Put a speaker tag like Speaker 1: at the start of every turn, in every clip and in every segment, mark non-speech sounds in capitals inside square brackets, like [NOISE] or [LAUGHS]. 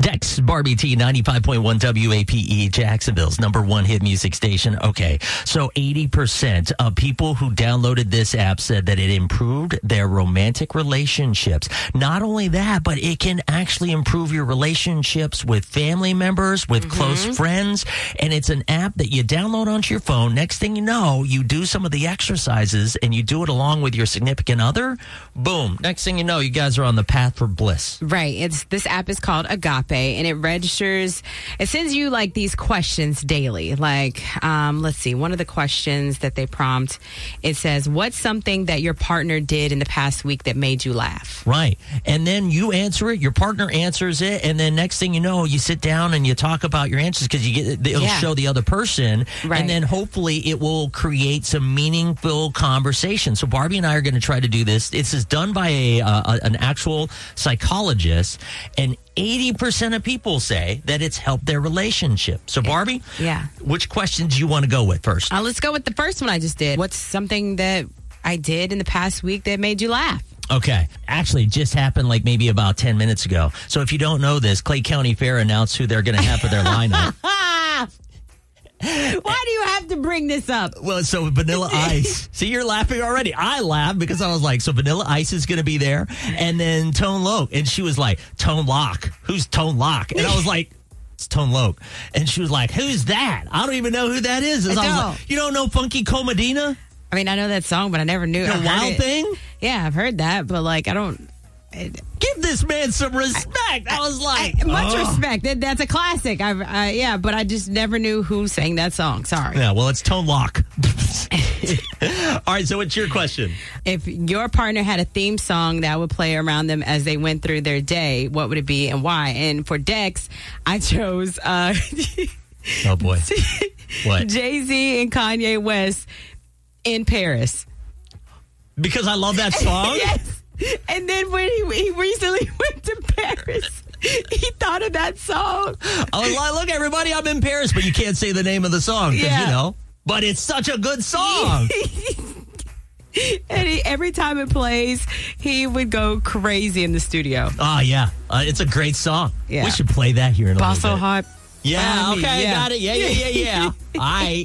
Speaker 1: Dex Barbie T 95.1 WAPE E, Jacksonville's number one hit music station. Okay. So 80% of people who downloaded this app said that it improved their romantic relationships. Not only that, but it can actually improve your relationships with family members, with close friends. And it's an app that you download onto your phone. Next thing you know, you do some of the exercises and you do it along with your significant other. Boom. Next thing you know, you guys are on the path for bliss.
Speaker 2: Right. It's this app is called Agape, and it registers. It sends you like these questions daily. Like, um, let's see, one of the questions that they prompt, it says, "What's something that your partner did in the past week that made you laugh?"
Speaker 1: Right. And then you answer it, your partner answers it, and then next thing you know, you sit down and you talk about your answers because you get it'll
Speaker 2: Yeah.
Speaker 1: show the other person
Speaker 2: Right.
Speaker 1: and then hopefully it will create some meaningful conversation. So Barbie and I are going to try to do this. This is done by a, uh, a- an actual psychologist and 80% of people say that it's helped their relationship. So Barbie,
Speaker 2: yeah.
Speaker 1: which questions do you want to go with first?
Speaker 2: Uh, let's go with the first one I just did. What's something that I did in the past week that made you laugh?
Speaker 1: Okay. Actually, it just happened like maybe about 10 minutes ago. So if you don't know this, Clay County Fair announced who they're going to have for their lineup.
Speaker 2: Ah! Why do you have to bring this up?
Speaker 1: [LAUGHS] Well, so [LAUGHS] Vanilla Ice. See, you're laughing already. I laughed because I was like, so Vanilla Ice is going to be there. And then Tone Loc. And she was like, Tone Loc. Who's Tone Loc? And I was like, it's Tone Loc. And she was like, who's that? I don't even know who that is. And
Speaker 2: I
Speaker 1: was
Speaker 2: don't.
Speaker 1: like, you don't know Funky Comedina?
Speaker 2: I mean, I know that song, but I never knew.
Speaker 1: The
Speaker 2: I've heard
Speaker 1: Wild
Speaker 2: it.
Speaker 1: Thing?
Speaker 2: Yeah, I've heard that, but like, I don't. It,
Speaker 1: Give this man some respect. I, was like,
Speaker 2: I- much
Speaker 1: "Oh."
Speaker 2: respect. That, that's a classic. I, I yeah, but I just never knew who sang that song. Sorry.
Speaker 1: Yeah, well, it's Tone Lock. [LAUGHS] All right, so what's your question?
Speaker 2: If your partner had a theme song that would play around them as they went through their day, what would it be and why? And for Dex, I chose uh, [LAUGHS]
Speaker 1: Oh, boy. What?
Speaker 2: Jay Z and Kanye West in Paris.
Speaker 1: Because I love that song?
Speaker 2: [LAUGHS] Yes. And then when he, he recently [LAUGHS] went to Paris, he thought of that song.
Speaker 1: I was like, look, everybody, I'm in Paris, but you can't say the name of the song 'cause,
Speaker 2: Yeah.
Speaker 1: you know. But it's such a good
Speaker 2: [LAUGHS]
Speaker 1: song.
Speaker 2: And he, every time it plays, he would go crazy in the studio.
Speaker 1: oh, yeah. Uh, it's a great song.
Speaker 2: Yeah.
Speaker 1: We should play that here in a
Speaker 2: Basso
Speaker 1: little bit.
Speaker 2: hot.
Speaker 1: Yeah,
Speaker 2: I mean,
Speaker 1: okay,
Speaker 2: yeah.
Speaker 1: got it. Yeah, yeah, yeah, yeah. I.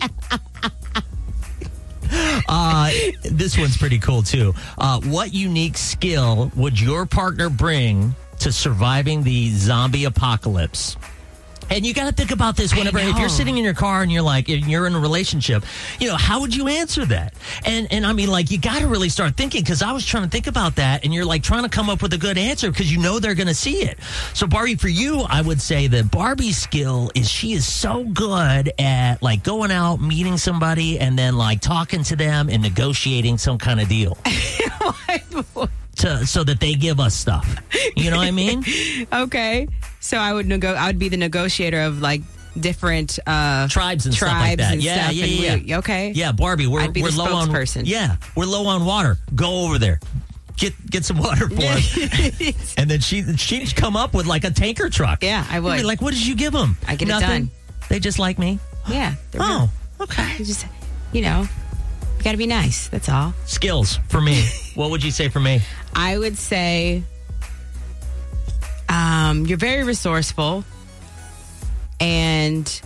Speaker 1: Uh, this one's pretty cool too. Uh, what unique skill would your partner bring to surviving the zombie apocalypse? And you got to think about this whenever if
Speaker 2: know.
Speaker 1: you're sitting in your car and you're like and you're in a relationship, you know how would you answer that? And and I mean like you got to really start thinking because I was trying to think about that and you're like trying to come up with a good answer because you know they're going to see it. So Barbie, for you, I would say that Barbie's skill is she is so good at like going out, meeting somebody, and then like talking to them and negotiating some kind of deal
Speaker 2: [LAUGHS]
Speaker 1: to so that they give us stuff. You know what I mean?
Speaker 2: okay. So I would nego- I would be the negotiator of like different uh
Speaker 1: tribes and stuff like
Speaker 2: tribes
Speaker 1: that.
Speaker 2: and
Speaker 1: yeah,
Speaker 2: stuff,
Speaker 1: yeah,
Speaker 2: and
Speaker 1: yeah,
Speaker 2: we- okay.
Speaker 1: Yeah, Barbie, we're
Speaker 2: I'd be
Speaker 1: we're
Speaker 2: the
Speaker 1: low on
Speaker 2: spokesperson.
Speaker 1: Yeah, we're low on water. Go over there. Get get some water for us.
Speaker 2: [LAUGHS]
Speaker 1: and then she she'd come up with like a tanker truck.
Speaker 2: Yeah, I
Speaker 1: You'd be
Speaker 2: would.
Speaker 1: like, what did you give them?
Speaker 2: I get it
Speaker 1: Nothing.
Speaker 2: done.
Speaker 1: They just like me.
Speaker 2: yeah.
Speaker 1: Oh,
Speaker 2: [LAUGHS]
Speaker 1: okay.
Speaker 2: You just you know, you got to be nice. That's all.
Speaker 1: Skills for me. what would you say for me?
Speaker 2: I would say um you're very resourceful and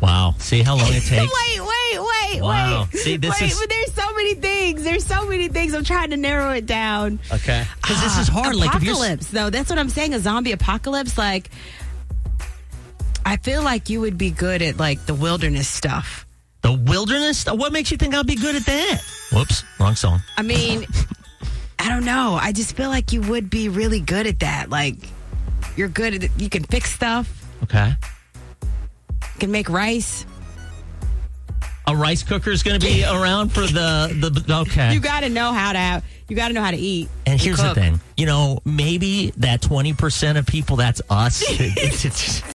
Speaker 1: Wow. See how long it
Speaker 2: [LAUGHS]
Speaker 1: takes.
Speaker 2: Wait, wait, wait,
Speaker 1: Wow.
Speaker 2: wait.
Speaker 1: See, this
Speaker 2: wait,
Speaker 1: is-
Speaker 2: but there's so many things. There's so many things. I'm trying to narrow it down.
Speaker 1: Okay. Because this is hard. Like if you're
Speaker 2: Ah, apocalypse, though. That's what I'm saying. A zombie apocalypse. Like, I feel like you would be good at like the wilderness stuff.
Speaker 1: the wilderness, uh, what makes you think I'll be good at that? Whoops, wrong song.
Speaker 2: I mean, I don't know. I just feel like you would be really good at that. Like, you're good at it. you can fix stuff.
Speaker 1: Okay.
Speaker 2: You can make rice. [LAUGHS]
Speaker 1: A rice cooker is going to be around for the the okay.
Speaker 2: You got to know how to. You got to know how to eat.
Speaker 1: And here's the
Speaker 2: cook. [LAUGHS]
Speaker 1: thing, you know, maybe that twenty percent of people that's us. [LAUGHS]